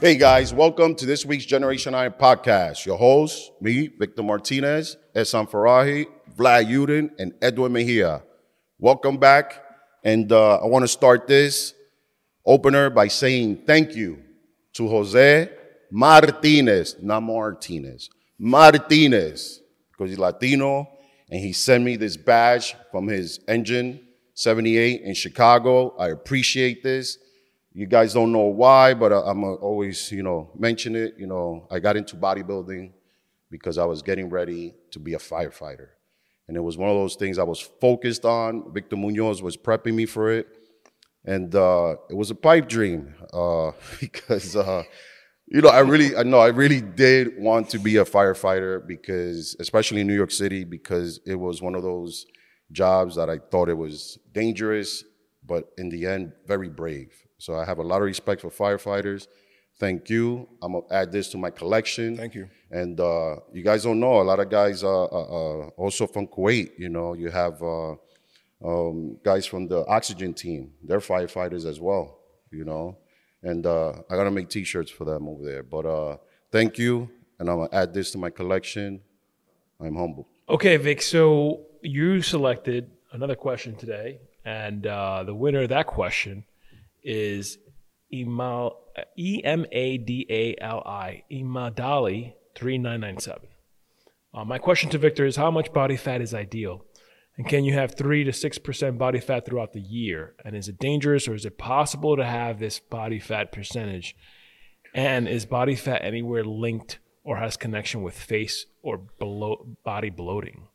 Hey guys, welcome to this week's Generation Iron podcast. Your hosts, me, Victor Martinez, Esan Farahi, Vlad Uden, and Edwin Mejia. Welcome back. And uh, I want to start this opener by saying thank you to Jose Martinez, not Martinez, Martinez, because he's Latino and he sent me this badge from his engine 78 in Chicago. I appreciate this. You guys don't know why, but I, I'm gonna always, you know, mention it. You know, I got into bodybuilding because I was getting ready to be a firefighter. And it was one of those things I was focused on. Victor Munoz was prepping me for it. And uh, it was a pipe dream uh, because, uh, you know, I really, I know, I really did want to be a firefighter because, especially in New York City, because it was one of those jobs that I thought it was dangerous, but in the end, very brave. So I have a lot of respect for firefighters. Thank you. I'm gonna add this to my collection. Thank you. And uh, you guys don't know, a lot of guys are uh, uh, also from Kuwait. You know, you have uh, um, guys from the oxygen team. They're firefighters as well. You know, and uh, I gotta make T-shirts for them over there. But uh, thank you, and I'm gonna add this to my collection. I'm humbled. Okay, Vic. So you selected another question today, and uh, the winner of that question is Emal E M A D A L I Imadali three nine nine seven. Uh, my question to Victor is: How much body fat is ideal, and can you have three to six percent body fat throughout the year? And is it dangerous, or is it possible to have this body fat percentage? And is body fat anywhere linked or has connection with face or below body bloating?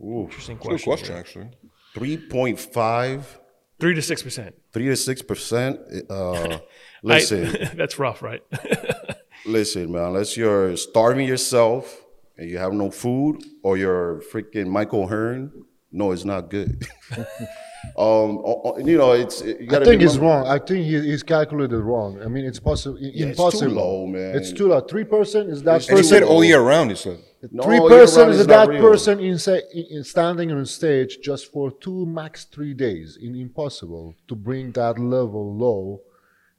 Ooh, Interesting Good question. question, actually. three point five. Three to six percent. Three to six percent. Uh, listen, that's rough, right? Listen, man, unless you're starving yourself and you have no food or you're freaking Michael Hearn, no, it's not good. um, o- o- you know, it's you I gotta think it's remember- wrong. I think he, he's calculated wrong. I mean, it's possible. too impossible. low, man. It's too low. Three percent is that And he said person. all year round, he said. No, Three you're percent right, is it's that not real. person in, say, in, in standing on stage just for two max three days. In impossible to bring that level low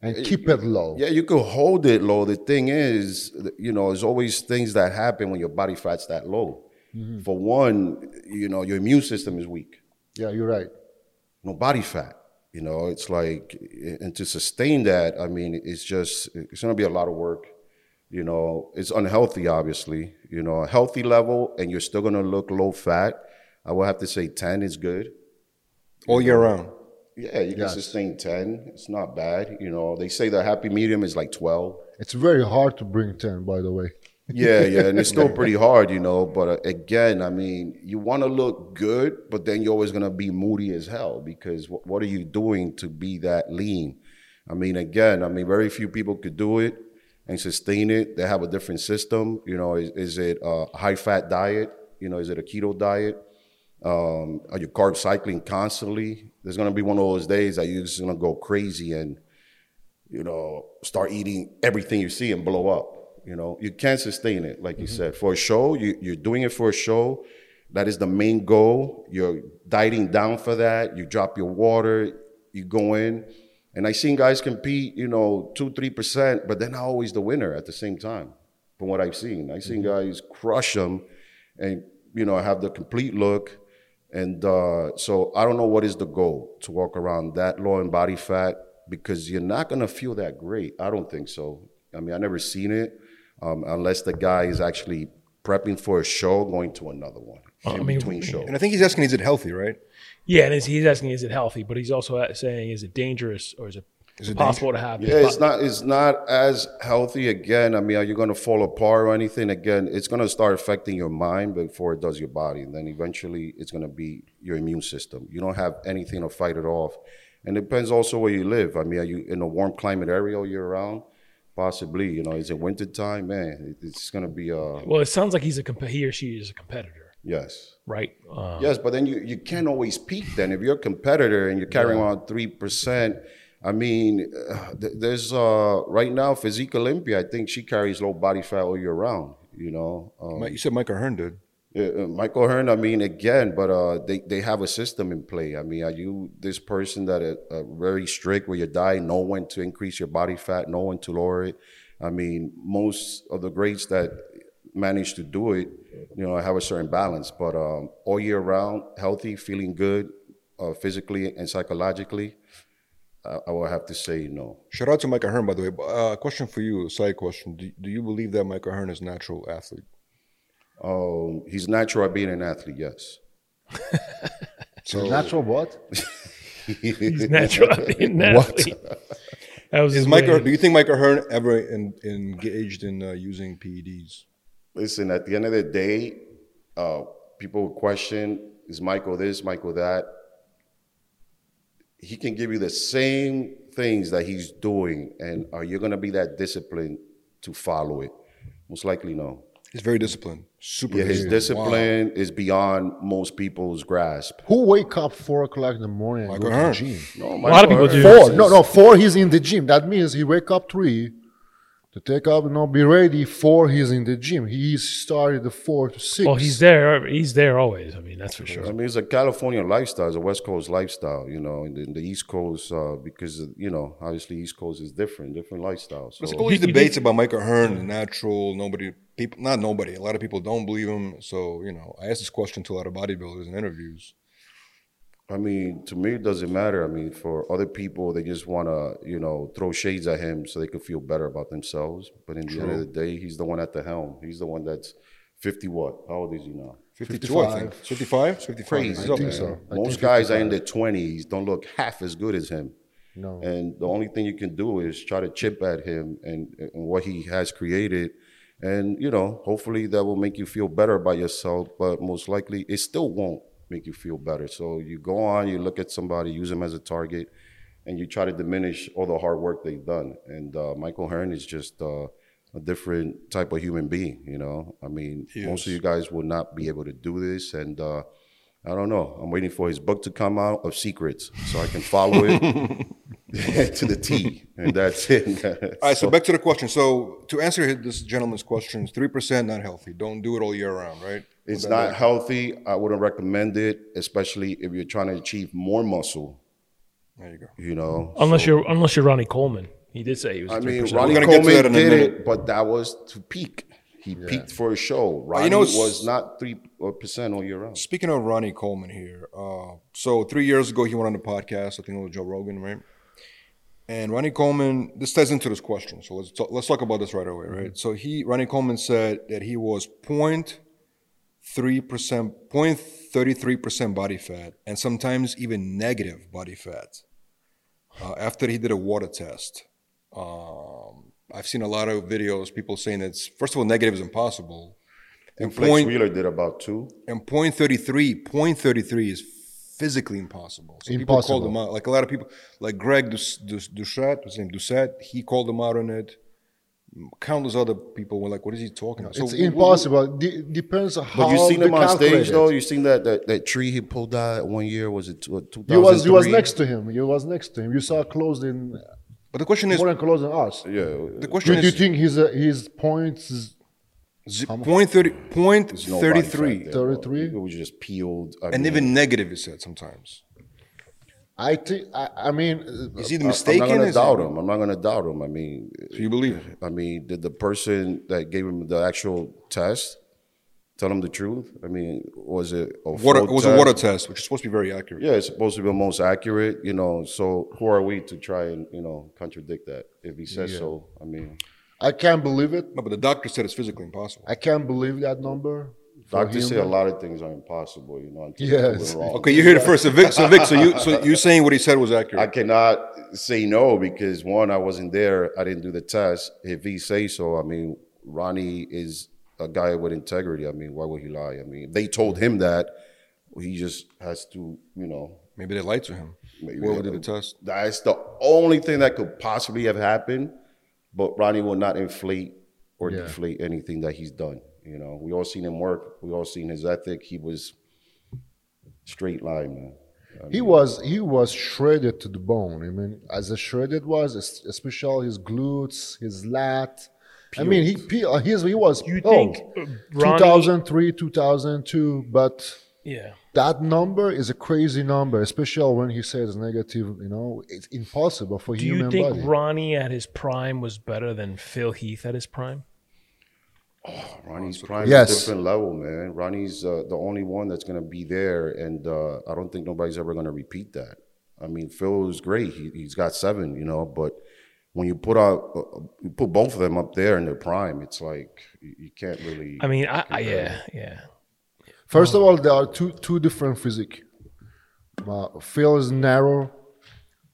and keep it low. Yeah, you could hold it low. The thing is, th- you know, there's always things that happen when your body fat's that low. For one, you know, your immune system is weak. yeah, you're right. no body fat. You know, it's like, and to sustain that, I mean, it's just, it's gonna be a lot of work. You know, it's unhealthy, obviously. You know, a healthy level, and you're still gonna look low fat. I would have to say 10 is good. All year round. Yeah, you can sustain 10. It's not bad. You know, they say the happy medium is like 12. It's very hard to bring ten, by the way. Yeah, yeah, and it's still pretty hard, you know. But uh, again, I mean, you want to look good, but then you're always gonna be moody as hell because wh- what are you doing to be that lean? I mean, again, I mean, very few people could do it and sustain it. They have a different system, you know. Is, is it a high fat diet? You know, is it a keto diet? Um, are you carb cycling constantly? There's gonna be one of those days that you're just gonna go crazy and you know, start eating everything you see and blow up. You know, you can't sustain it, like you said. For a show, you, you're doing it for a show. That is the main goal. You're dieting down for that. You drop your water, you go in. And I seen guys compete, you know, two, three percent, but they're not always the winner at the same time, from what I've seen. I seen guys crush them and you know, have the complete look. And uh, so I don't know what is the goal to walk around that low in body fat because you're not gonna feel that great. I don't think so. I mean, I never seen it um, unless the guy is actually prepping for a show, going to another one in mean, between shows. And I think he's asking, is it healthy, right? yeah, and he's- he's asking, is it healthy? But he's also a- saying, is it dangerous, or is it, Is it possible to have? Yeah, it's not it's not as healthy again. I mean, are you gonna fall apart or anything? Again, it's gonna start affecting your mind before it does your body. And then eventually it's gonna be your immune system. You don't have anything to fight it off. And it depends also where you live. I mean, are you in a warm climate area all year round? possibly. You know, it's in wintertime, man. it- It's gonna be uh Well, it sounds like he's a comp- he or she is a competitor, yes. right? Uh, Yes, but then you, you can't always peak then. If you're a competitor and you're carrying on 3%, I mean, uh, th- there's uh, right now Physique Olympia, I think she carries low body fat all year round, you know. Um, Mi- You said Michael Hearn did. uh, uh, Michael Hearn, I mean, again, but uh, they, they have a system in play. I mean, are you this person that are, are very strict with your diet, know when to increase your body fat, know when to lower it? I mean, most of the greats that manage to do it, you know, have a certain balance. But um, all year round, healthy, feeling good, uh, physically and psychologically, I, I will have to say no. Shout out to Michael Hearn, by the way. But, Uh, question for you, a side question. Do, do you believe that Michael Hearn is a natural athlete? Um, he's natural at being an athlete, yes. The natural what? he's natural. I mean, naturally. That was Is his Michael? way. Do you think Michael Hearn ever en- engaged in uh, using PEDs? Listen, at the end of the day, uh, people would question is Michael this, Michael that. He can give you the same things that he's doing, and are you going to be that disciplined to follow it? Most likely, no. He's very disciplined. Super. Yeah, his disciplined. discipline is beyond most people's grasp. Who wake up four o'clock in the morning and Michael go Hearn. to the gym? No, a lot of people do. Four? No, no, four. He's in the gym. That means he wake up three to take up, no, be ready. Four, he's in the gym. He started the four to six. Well, Oh, he's there. He's there always. I mean, that's for sure. I mean, it's a California lifestyle, it's a West Coast lifestyle, you know, in the, in the East Coast, uh, because, you know, obviously East Coast is different, different lifestyle. So. There's all these debates about Michael Hearn, natural, nobody, people, not nobody. A lot of people don't believe him. So, you know, I asked this question to a lot of bodybuilders in interviews. I mean, to me, it doesn't matter. I mean, for other people, they just want to, you know, throw shades at him so they could feel better about themselves. But in the end of the day, he's the one at the helm. He's the one that's 50 what? How old is he now? 52, I think. 55? 55. Crazy. He's up man. there. Most guys are in their 20s, don't look half as good as him. No. And the only thing you can do is try to chip at him and, and what he has created. And, you know, hopefully that will make you feel better about yourself, but most likely it still won't make you feel better. So you go on, you look at somebody, use them as a target, and you try to diminish all the hard work they've done. And uh, Michael Hearn is just uh, a different type of human being, you know? I mean, most of you guys will not be able to do this. And, uh, I don't know. I'm waiting for his book to come out of secrets so I can follow it to the T, and that's it. All right, so back to the question. So, to answer this gentleman's questions, 3% not healthy. Don't do it all year round, right? it's not healthy. I wouldn't recommend it, especially if you're trying to achieve more muscle. There you go. You know, Unless you're unless you're Ronnie Coleman. He did say he was. I mean, 3%. Ronnie We're gonna get to Coleman that in a did minute. it, but that was to peak. He peaked for a show. Ronnie you know, it's- was not three uh, percent all year round. Speaking of Ronnie Coleman here, uh, so three years ago he went on the podcast, I think it was Joe Rogan, right? And Ronnie Coleman, this ties into this question, so let's talk, let's talk about this right away, right? So he, Ronnie Coleman said that he was 0.3 percent, 033 percent body fat, and sometimes even negative body fat uh, after he did a water test. Um, I've seen a lot of videos, people saying that's first of all negative is impossible, And Flex point- Wheeler did about two. and point thirty three, point thirty three is physically impossible. So people Impossible. called him out. Like a lot of people, like Greg Dus- Dus- Doucette, his name Doucette, he called him out on it. Countless other people were like, "What is he talking about?" it's we- we- impossible. De- depends on But how you seen they him on stage calculate it. though. You seen that, that that tree he pulled out one year was it two thousand three? You was you was next to him. You was next to him. You saw close in But the question is, more than close than us. Yeah, the Do question you is, think his uh, his points is z- point thirty, point no thirty body three, fat there. 33? It was just peeled. I and mean, even negative is said sometimes. I think I, I mean uh, Is he the I- mistaken? I'm not gonna Is it- doubt him. I'm not gonna doubt him. I mean, Do you believe it? I mean, did the person that gave him the actual test tell him the truth? I mean, was it a Water, full it was a water test, which is supposed to be very accurate. Yeah, it's supposed to be the most accurate, you know. So who are we to try and you know contradict that if he says so? I mean, I can't believe it. No, but the doctor said it's physically impossible. I can't believe that number. for doctors him. say a lot of things are impossible, you know. Until Yes. proven wrong. Okay, you heard it first. So Vic, so Vic, so you, so you saying what he said was accurate? I cannot say no because one, I wasn't there. I didn't do the test. If he say so, I mean, Ronnie is a guy with integrity. I mean, why would he lie? I mean, they told him that. He just has to, you know. Maybe they lied to him. Maybe Maybe what they did the test? That's the only thing that could possibly have happened. But Ronnie will not inflate or Yeah. deflate anything that he's done. You know, we all seen him work. We all seen his ethic. He was straight line, man. He was he was shredded to the bone. I mean, as a shredded was, es- especially his glutes, his lat. I mean, he pe- uh, his, he was You oh, think, uh, Ronnie- 2003, 2002, but Yeah. that number is a crazy number, especially when he says negative. You know, it's impossible for Do human you think body. Ronnie at his prime was better than Phil Heath at his prime? Ronnie's prime Yes. is a different level, man. Ronnie's uh, the only one that's going to be there, and uh, I don't think nobody's ever going to repeat that. I mean, Phil is great. He, he's got seven, you know, but when you put out, uh, you put both of them up there in their prime, it's like you, you can't really. I mean, I, I yeah, yeah. First uh, of all, there are two two different physique. Uh, Phil is narrow.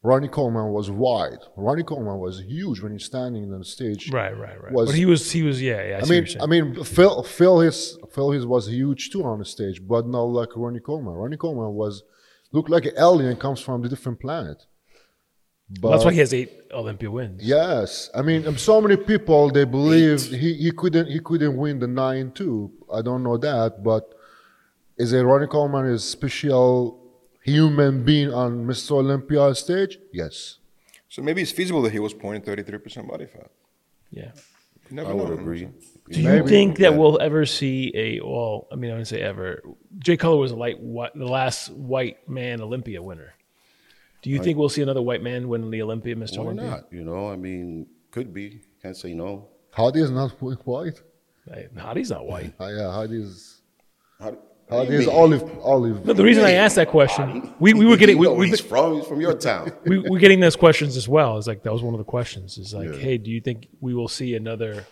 Ronnie Coleman was wide. Ronnie Coleman was huge when he's standing on the stage. Right, right, right. Was- but he was, he was, yeah, yeah. I, I see mean, what you're I saying. mean, Phil, Phil, his, Phil, his was huge too on the stage, but not like Ronnie Coleman. Ronnie Coleman was looked like an alien comes from a different planet. But That's why he has eight Olympia wins. yes, I mean, um, so many people they believe he, he couldn't he couldn't win the nine too. I don't know that, but is a Ronnie Coleman is special human being on Mr. Olympia stage? Yes. So maybe it's feasible that he was pointing 33% body fat. Yeah. You never I know. would agree. Do you think that we'll ever see a well? I mean, I wouldn't say ever. Jay Cutler was a light, whi- the last white man Olympia winner. Do you think we'll see another white man win the Olympia, Mr. Why Olympia? not? You know, I mean, could be. Can't say no. Hardy is not white. Hey, Hottie's not white. Uh, yeah, Hardy is How, Hardy is olive olive. No, the reason I asked that question, we, we were getting we, know where we, he's from. He's from your town. we we're getting those questions as well. It's like that was one of the questions. Is like, hey, do you think we will see another?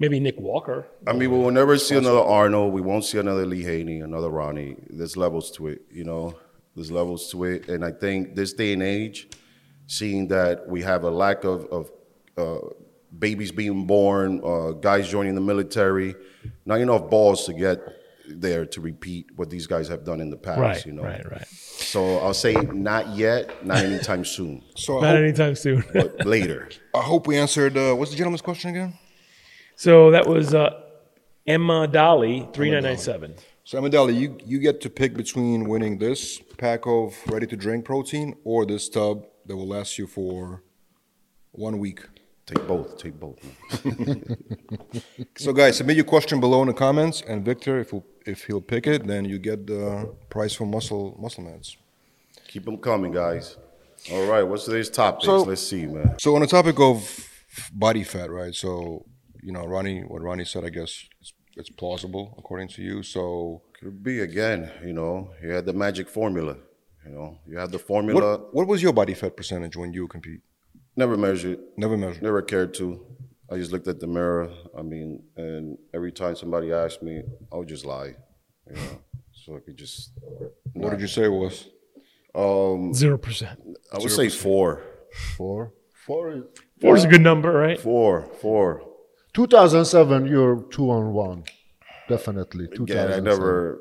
Maybe Nick Walker. I mean, Oh, we will never see another Arnold. We won't see another Lee Haney, another Ronnie. There's levels to it, you know. There's levels to it, and I think this day and age, seeing that we have a lack of of uh, babies being born, uh, guys joining the military, not enough balls to get there to repeat what these guys have done in the past, Right, you know. right, right. So I'll say not yet, not anytime soon, So I Not hope, anytime soon. but later. I hope we answered. Uh, what's the gentleman's question again? so that was uh, Emma Dolly three nine nine seven. So Amadali, you you get to pick between winning this pack of ready to drink protein or this tub that will last you for one week. Take both. Take both. man. So guys, submit your question below in the comments, and Victor, if he'll, if he'll pick it, then you get the prize for muscle muscle mans. Keep them coming, guys. All right, what's today's topics? So- Let's see, man. So on the topic of body fat, right? So you know, Ronnie, what Ronnie said, I guess it's, it's plausible according to you. So Could be again, you know, you had the magic formula. You know, you had the what, formula, what was your body fat percentage when you compete? never measured, Never measured. never cared to. I just looked at the mirror. I mean, and every time somebody asked me, I would just lie, you know, so I could just, What did you say it was? um, Zero percent. I would say four, Four. Four is Four is a good number, right? four, four. 2007, you're two on one, definitely. Again, I 2007. never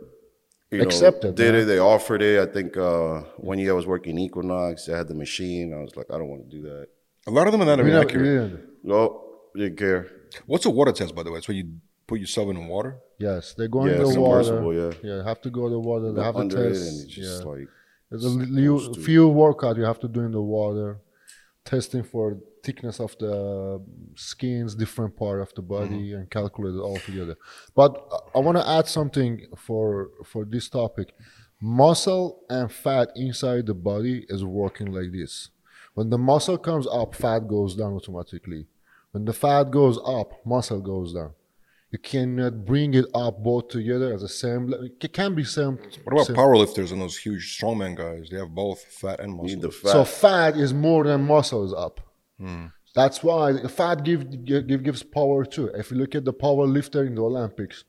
you know, Accepted, did man. it. They offered it. I think uh, one year I was working Equinox. They had the machine. I was like, I don't want to do that. A lot of them are not We even never- accurate. we didn't. No, didn't care. What's a water test, by the way? It's where you put yourself in water. Yes, they go Yeah, in it's the water. submersible, yeah. have to go to the water. They have to Under it, and test. it's just yeah. like There's a li- li- few workout you have to do in the water, testing for thickness of the skins, different part of the body, and calculate it all together. But I- I want to add something for for this topic. Muscle and fat inside the body is working like this. When the muscle comes up, fat goes down automatically. When the fat goes up, muscle goes down. You cannot bring it up both together as a same. le- It can be same. What about same- powerlifters and those huge strongman guys? They have both fat and muscle. need the fat. So fat is more than muscle is up. That's why fat give, give, gives power too. If you look at the power lifter in the Olympics,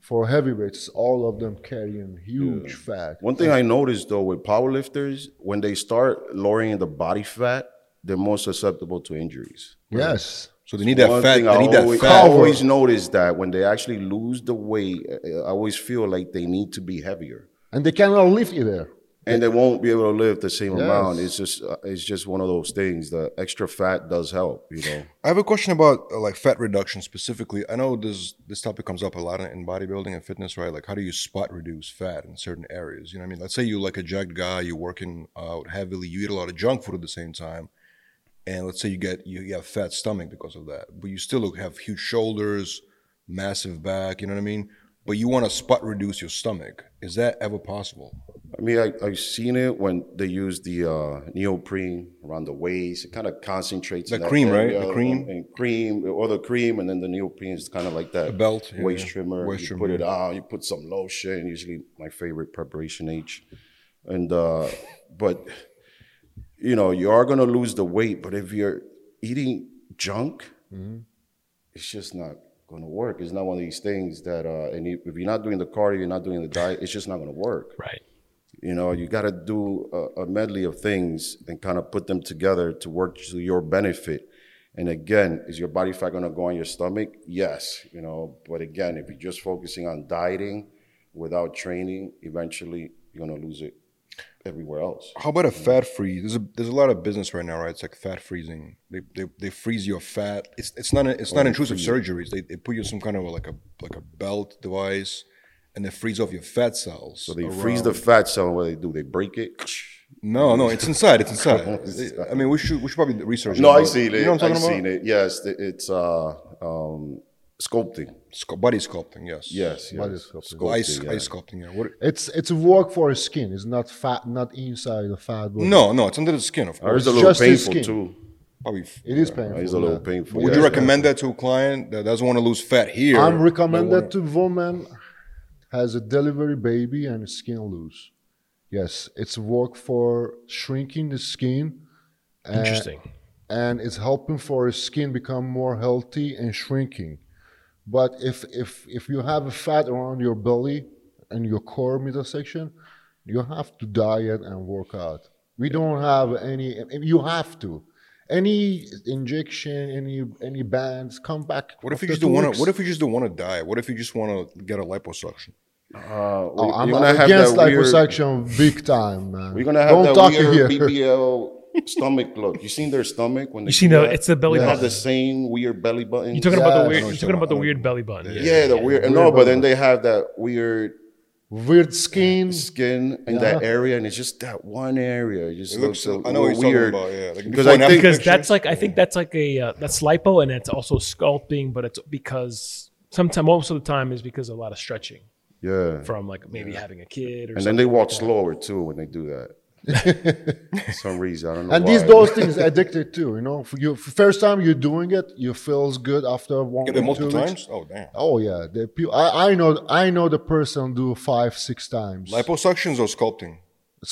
for heavyweights, all of them carrying huge fat. One thing I noticed though with powerlifters, when they start lowering the body fat, they're more susceptible to injuries. Yes. so they need that One fat. thing They need always, that I fat. always notice that when they actually uh, lose the weight, I I always feel like they need to be heavier. And they cannot lift either. and they won't be able to live the same amount. Yes. It's just uh, it's just one of those things. The extra fat does help, you know. I have a question about uh, like fat reduction specifically. I know this this topic comes up a lot in bodybuilding and fitness, right? Like, how do you spot reduce fat in certain areas? You know, what I mean, let's say you like a jacked guy, you're working out heavily, you eat a lot of junk food at the same time, and let's say you get you, you have fat stomach because of that, but you still look have huge shoulders, massive back. You know what I mean? But you want to spot reduce your stomach. Is that ever possible? I mean, I, I've seen it when they use the uh, neoprene around the waist. It kind of concentrates The in that cream, right? The area, cream? and cream, or the cream, and then the neoprene is kind of like that The belt, yeah, waist yeah. trimmer. Waist you trimmer, put it yeah. on. You put some lotion. Usually, my favorite preparation H, and uh, but you know you are gonna lose the weight. But if you're eating junk, Mm-hmm. it's just not gonna work. It's not one of these things that, uh, and if you're not doing the cardio, you're not doing the diet. It's just not gonna work. Right. You know, you got to do a, a medley of things and kind of put them together to work to your benefit. And again, is your body fat going to go on your stomach? Yes. You know, but again, if you're just focusing on dieting without training, eventually you're going to lose it everywhere else. How about a fat freeze? There's a there's a lot of business right now, right? It's like fat freezing. They they, they freeze your fat. It's it's not a, it's not intrusive surgeries. They, they put you in some kind of a, like a like a belt device, and they freeze off your fat cells. So they freeze the fat cell. and What they do? They break it. No, no, it's inside. It's inside. I mean, we should we should probably research. No, I about- seen it. You know what I'm I talking seen about? it. Yes, th- it's uh, um, sculpting. Scu- body sculpting. Yes. Yes, Body yes. sculpting. Well, ice yeah. ice sculpting. Yeah. What? It's it's work for skin. It's not fat, not inside the fat. Body. No, no, it's under the skin, of It's course. a It's little just his painful skin. too. Probably. f- it is painful. It's a little yeah. painful. Would you yeah. recommend that to a client that doesn't want to lose fat here? I'm They wanna- recommended to woman has a delivery baby and skin loose. Yes, it's work for shrinking the skin. and- Interesting. and it's helping for his skin become more healthy and shrinking. But if if if you have a fat around your belly and your core middle section, you have to diet and work out. We don't have any. You have to. Any injection, any any bands, come back. What if after you just don't two want weeks. to? What if you just don't want to diet? What if you just want to get a liposuction? Uh, we- Oh, I'm, you're gonna I'm have against that weird- liposuction big time, man. We're gonna have don't that talk weird here. BBL stomach look. You seen their stomach when they You seen do the- that? it's the belly They have button. the same weird belly button. You're talking about the weird. Yeah, I know You're what talking you're about the talking weird belly button. yeah, the weird. no, but then they have that weird Weird skin. skin in that area, and it's just that one area. It just It looks, looks- a I know what little you're weird. talking about, yeah. Like because before I and think after. because that's like I think that's like a uh, that's lipo and it's also sculpting, but it's because sometimes most of the time is because of a lot of stretching yeah, from like maybe having a kid or and then something. they walk slower too when they do that. For some reason, I don't know. And why. these those things addicted too, you know. For you first time you're doing it, you feels good after one Get it week, multiple two weeks. times? Oh damn! Oh yeah, the pe- I, I know I know the person do five six times Liposuctions or sculpting?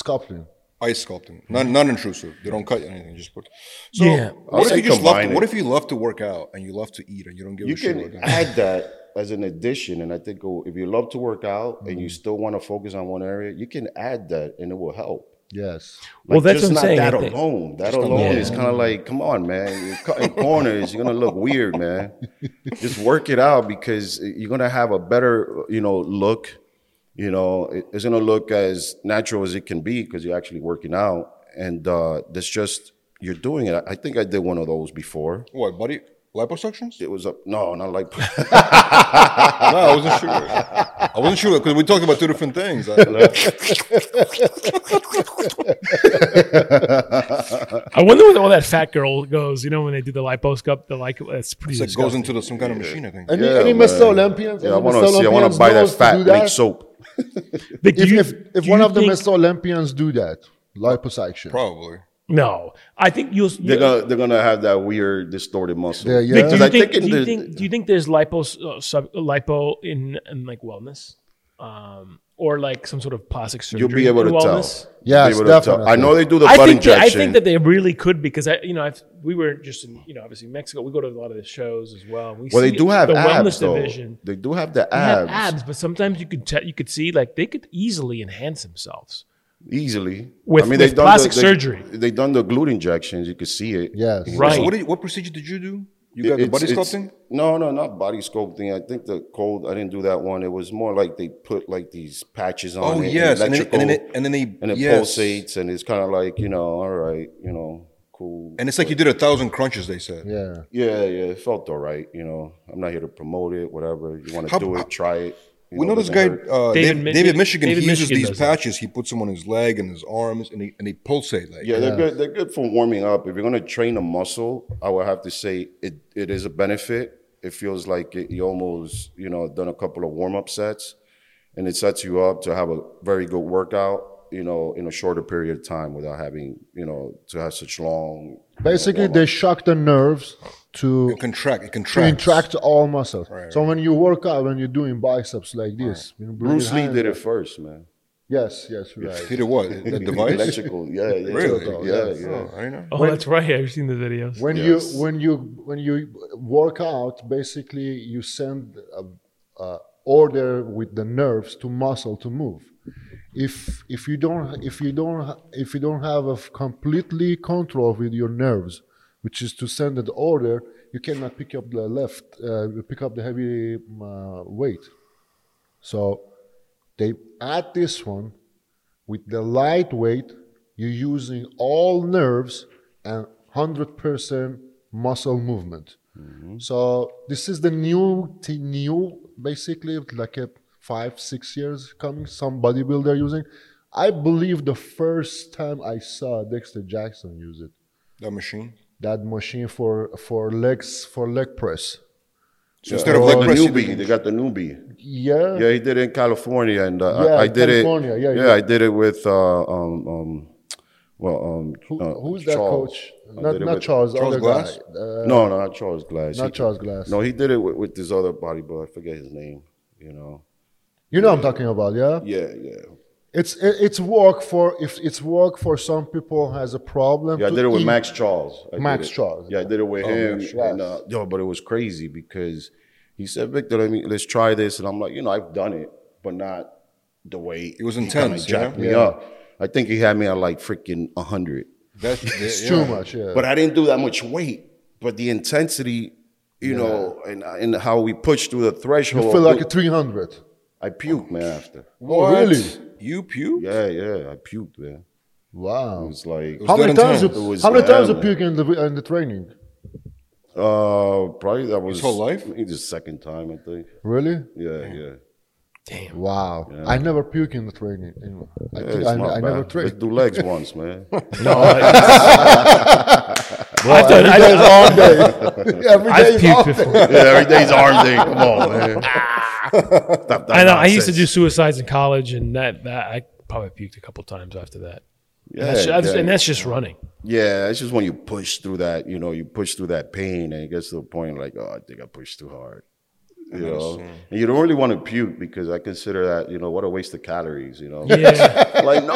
sculpting. Ice sculpting, non non-intrusive. They don't cut anything. Just put. So Yeah. What I'll if you say just love? combine To, it. what if you love to work out and you love to eat and you don't give you a shit? can about that? add that as an addition and i think oh, if you love to work out and you Mm-hmm. still want to focus on one area you can add that and it will help Yes, well, Like, that's just what I'm not saying. I that think- alone that alone is kind of like come on man you're cutting corners you're gonna look weird man just work it out because you're gonna have a better you know look you know it- it's gonna look as natural as it can be because you're actually working out and uh that's just you're doing it I- i think i did one of those before What, buddy? Liposuctions? it was a no not like no, I wasn't sure. I wasn't sure because we talked about two different things. I, I wonder where all that fat girl goes. You know when they do the lipo sculpt, the like it's pretty. it goes into the, some kind of machine. I think. any, Yeah, any Mr. man. Olympians? Yeah, I any want Mr. to see. I want Olympians to buy that knows to fat do make soap. Vic, do If you- if, if do one you of the think- Mr. Olympians do that liposuction, Probably. no, I think you'll. They're gonna they're gonna have that weird distorted muscle. Yeah, yeah. Vic, do Because you I think, in do, you the- think, do you think there's lipo uh, sub, lipo in, in like wellness, um, or like some sort of plastic surgery? you'll be able in to tell. wellness? Yes, You'll be able to tell. definitely. I know they do the I butt think that, I injection. think that they really could because I you know I've, we were just in you know obviously Mexico we go to a lot of the shows as well. We well, they see do have the abs wellness though. division. They do have the They have abs, abs, but sometimes you could te- you could see like they could easily enhance themselves. easily. With- I mean, with they've done plastic the, they, surgery. They done the glute injections. You can see it. yes, Right. So what, did, what procedure did you do? You got the It's- body it's- sculpting? No, no, not body sculpting. I think the cold. I didn't do that one. It was more like they put like these patches on Oh it, yes, and then, electrical, and then it, and then they and it yes. pulsates, and it's kind of like you know, all right, you know, cool. And it's like you did a thousand crunches. They said. Yeah. yeah, yeah, it felt all right. You know, I'm not here to promote it. Whatever you want to How- do how- it, try it. you We know this doesn't guy, hurt. uh, David David, Mi- David Michigan. David he uses Michigan these does that. patches. He puts them on his leg and his arms, and they and they pulsate like. Yeah, they're good. They're good for warming up. If you're gonna train a muscle, I would have to say it, it is a benefit. It feels like it, you almost you know done a couple of warm up sets, and it sets you up to have a very good workout. You know, in a shorter period of time without having you know to have such long. Basically, they shock the nerves to It contract. It to contracts. contract all muscles. So when you work out, when you're doing biceps like this, you know, bring Bruce your Lee hand- did it first, man. Yes, yes, right. Did it what? That device. Electrical, yeah, yeah, Really? yeah, Oh, yeah. I didn't know. Oh, that's right. I've seen the videos. When Yes. you when you when you work out, basically you send a, a order with the nerves to muscle to move. If if you don't if you don't if you don't have a f- completely control with your nerves, which is to send an order, you cannot pick up the left uh, pick up the heavy um, uh, weight. So they add this one with the lightweight, you're using all nerves and 100% muscle movement. So this is the new, t- new basically like a five, six years coming, some bodybuilder using. I believe the first time I saw Dexter Jackson use it, That machine. that machine for, for legs, for leg press. So instead of leg the press, you newbie, did- they got the newbie. Yeah. Yeah, he did it in California, and uh, Yeah, I, I did California, it. yeah, yeah, yeah. I did it with uh, um, um, well, um, Who, uh, who's that Charles. coach? I Not, did it not with- Charles, Charles other Glass? guy. Uh, no, no, not Charles Glass. Not He- Charles Glass. No, he did it with, with this other bodybuilder. I forget his name. You know. You know what I'm talking about, yeah? Yeah, yeah, It's it- it's work for if it's work for some people has a problem. yeah. I to did it with eat. Max Charles. I did Max it. Charles, Yeah, I did it with Oh, him. Max And, uh, Charles. yo, but it was crazy because he said, "Victor, let me let's try this," and I'm like, you know, I've done it, but not the way It was he kinda intense, Jacked yeah? me up. I think he had me at like freaking hundred. That's It's yeah. too much, yeah. but I didn't do that much weight. But the intensity, you know, and and how we pushed through the you threshold. feel like a 300. I puked, man. After. Oh, really? You puke? Yeah, yeah, I puked, man. It Wow. was like How that many times you intense? It was how many times you damn- puke in the in the training? uh, probably that was whole life? Maybe the second time, I think. Really? Yeah, yeah. Wow. I never puke in the training. anyway. I, Yeah, think it's I, not I never bad. Let's trained. do legs once, man. I've done, Every day is I've, arm day. Every I've day is puked arm before. day. yeah, every day's arm day. Come on, man. Stop that I know. I used to nonsense. do suicides in college, and that that I probably puked a couple times after that. Yeah, That's- that's- yeah. and that's just running. Yeah, it's just when you push through that, you know, you push through that pain and it gets to a point like, oh, I think I pushed too hard. You know, and you don't really want to puke because I consider that, you know, what a waste of calories, you know. Yeah. like, no,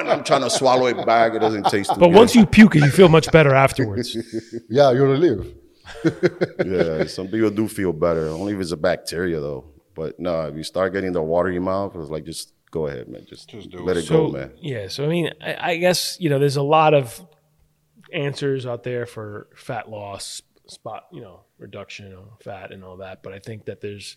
and I'm trying to swallow it back. It doesn't taste too But good. once you puke, you feel much better afterwards. Yeah, you relieve. yeah, some people do feel better, only if it's a bacteria, though. But no, if you start getting the water in your mouth, it's like, just go ahead, man. Just, let it go, man. Yeah. So I mean, I, I guess you know, there's a lot of answers out there for fat loss, spot, you know, reduction of fat and all that. But I think that there's,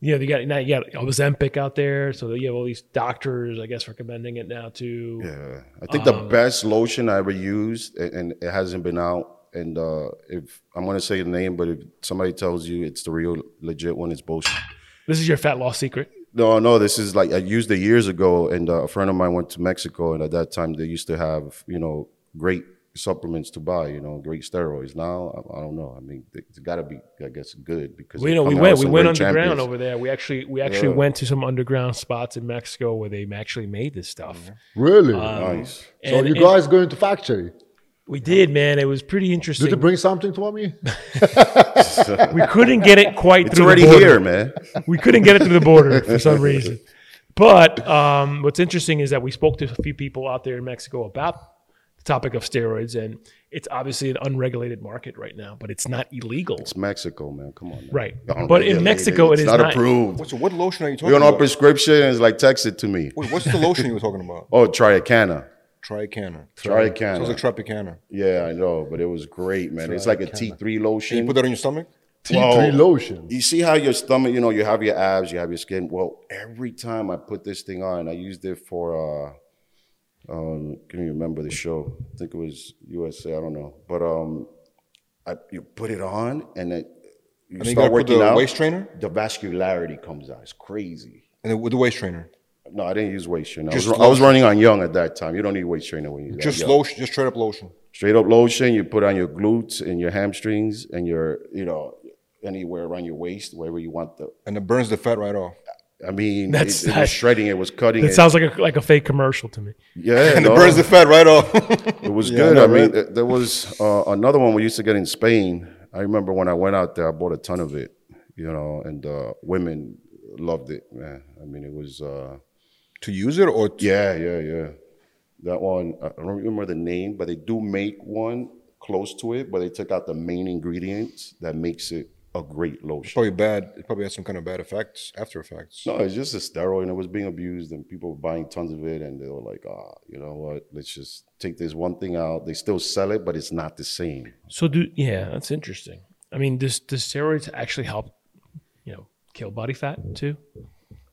you know, you got now you got Ozempic out there, so you have all these doctors, I guess, recommending it now too. Yeah, I think Um, the best lotion I ever used, a- and it hasn't been out. And uh, if I'm gonna say the name, but if somebody tells you it's the real legit one, it's bullshit. This is your fat loss secret. No, no, this is like I used it years ago, and uh, a friend of mine went to Mexico, and at that time they used to have you know great supplements to buy, you know, great steroids. Now I, I don't know. I mean, they- it's got to be, I guess, good because We they're you know we coming out went with we some went great underground champions. over there. We actually we actually went to some underground spots in Mexico where they actually made this stuff. Mm-hmm. Really? Nice. so And- you and guys going to factory? we did, man. It was pretty interesting. Did you bring something for me? we couldn't get it quite It's through already the border. here, man. we couldn't get it through the border for some reason. But um, what's interesting is that we spoke to a few people out there in Mexico about the topic of steroids, and it's obviously an unregulated market right now, but it's not illegal. It's Mexico, man. Come on. man. Right. Don't But in regulate Mexico, it it's is not not- approved. Wait, so what lotion are you We talking don't know about? prescription. And it's like text it to me. Wait, what's the lotion you were talking about? Oh, try a canna. Tricana. Tricana. Sounds like Tropicana. Yeah, I know, but it was great, man. It's like a T3 Can you lotion. put that on your stomach? T3 Oh. lotion. You see how your stomach, you know, you have your abs, you have your skin. Well, every time I put this thing on, I used it for, uh, um, can you remember the show? I think it was USA, I don't know. But um, I, you put it on and then you And then you start gotta put working the out. waist trainer? The vascularity comes out. It's crazy. And then with the waist trainer. No, I didn't use weight trainer. I was, Just I was lotion. running on young at that time. You don't need weight trainer when you're that Just young. lotion, just straight up lotion. straight up lotion. You put on your glutes and your hamstrings and your, you know, anywhere around your waist, wherever you want the. And it burns the fat right off. I mean, That's it, it not- was shredding. It was cutting. That it. sounds like a like a fake commercial to me. yeah, And no, it burns the fat right off. it was Yeah, good. I I know, mean, right? th- there was uh, another one we used to get in Spain. I remember when I went out there, I bought a ton of it, you know, and uh, women loved it, man. I mean, it was. Uh, to use it or to, Yeah, yeah, yeah. That one, I don't remember the name, but they do make one close to it, but they took out the main ingredients that makes it a great it's lotion. probably bad. It probably has some kind of bad effects, after effects. No, it's just a steroid and it was being abused and people were buying tons of it and they were like, ah, you know what, let's just take this one thing out. They still sell it, but it's not the same. So do yeah, that's interesting. I mean, does does steroids actually help? You know, kill body fat too.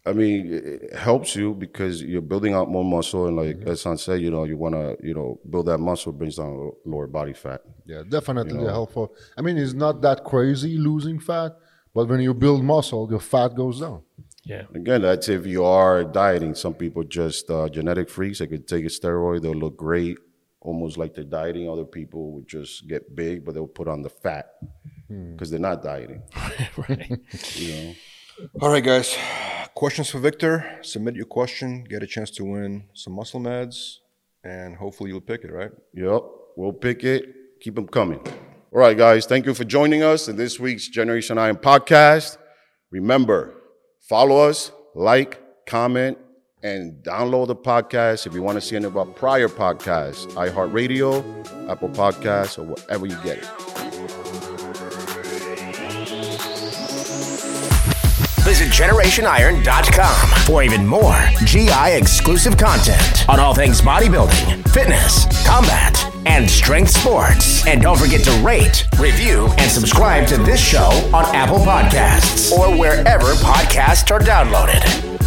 I mean, it it helps you because you're building out more muscle and like as San said, you know, you wanna, you know, build that muscle, brings down lower body fat. Yeah, definitely helpful. I mean, it's not that crazy losing fat, but when you build muscle, your fat goes down. Yeah. Again, that's if you are dieting. Some people just uh, genetic freaks. They could take a steroid. They'll look great, almost like they're dieting. Other people would just get big, but they'll put on the fat because they're not dieting. right. All right, guys. Questions for Victor. Submit your question. Get a chance to win some muscle meds, and hopefully you'll pick it. Right. Yep, we'll pick it. Keep them coming. All right, guys. Thank you for joining us in this week's Generation Iron podcast. Remember, follow us, like, comment, and download the podcast if you want to see any of our prior podcasts, iHeartRadio, Apple Podcasts, or wherever you get it. Visit GenerationIron.com for even more GI exclusive content on all things bodybuilding, fitness, combat, and strength sports. And don't forget to rate, review, and subscribe to this show on Apple Podcasts or wherever podcasts are downloaded.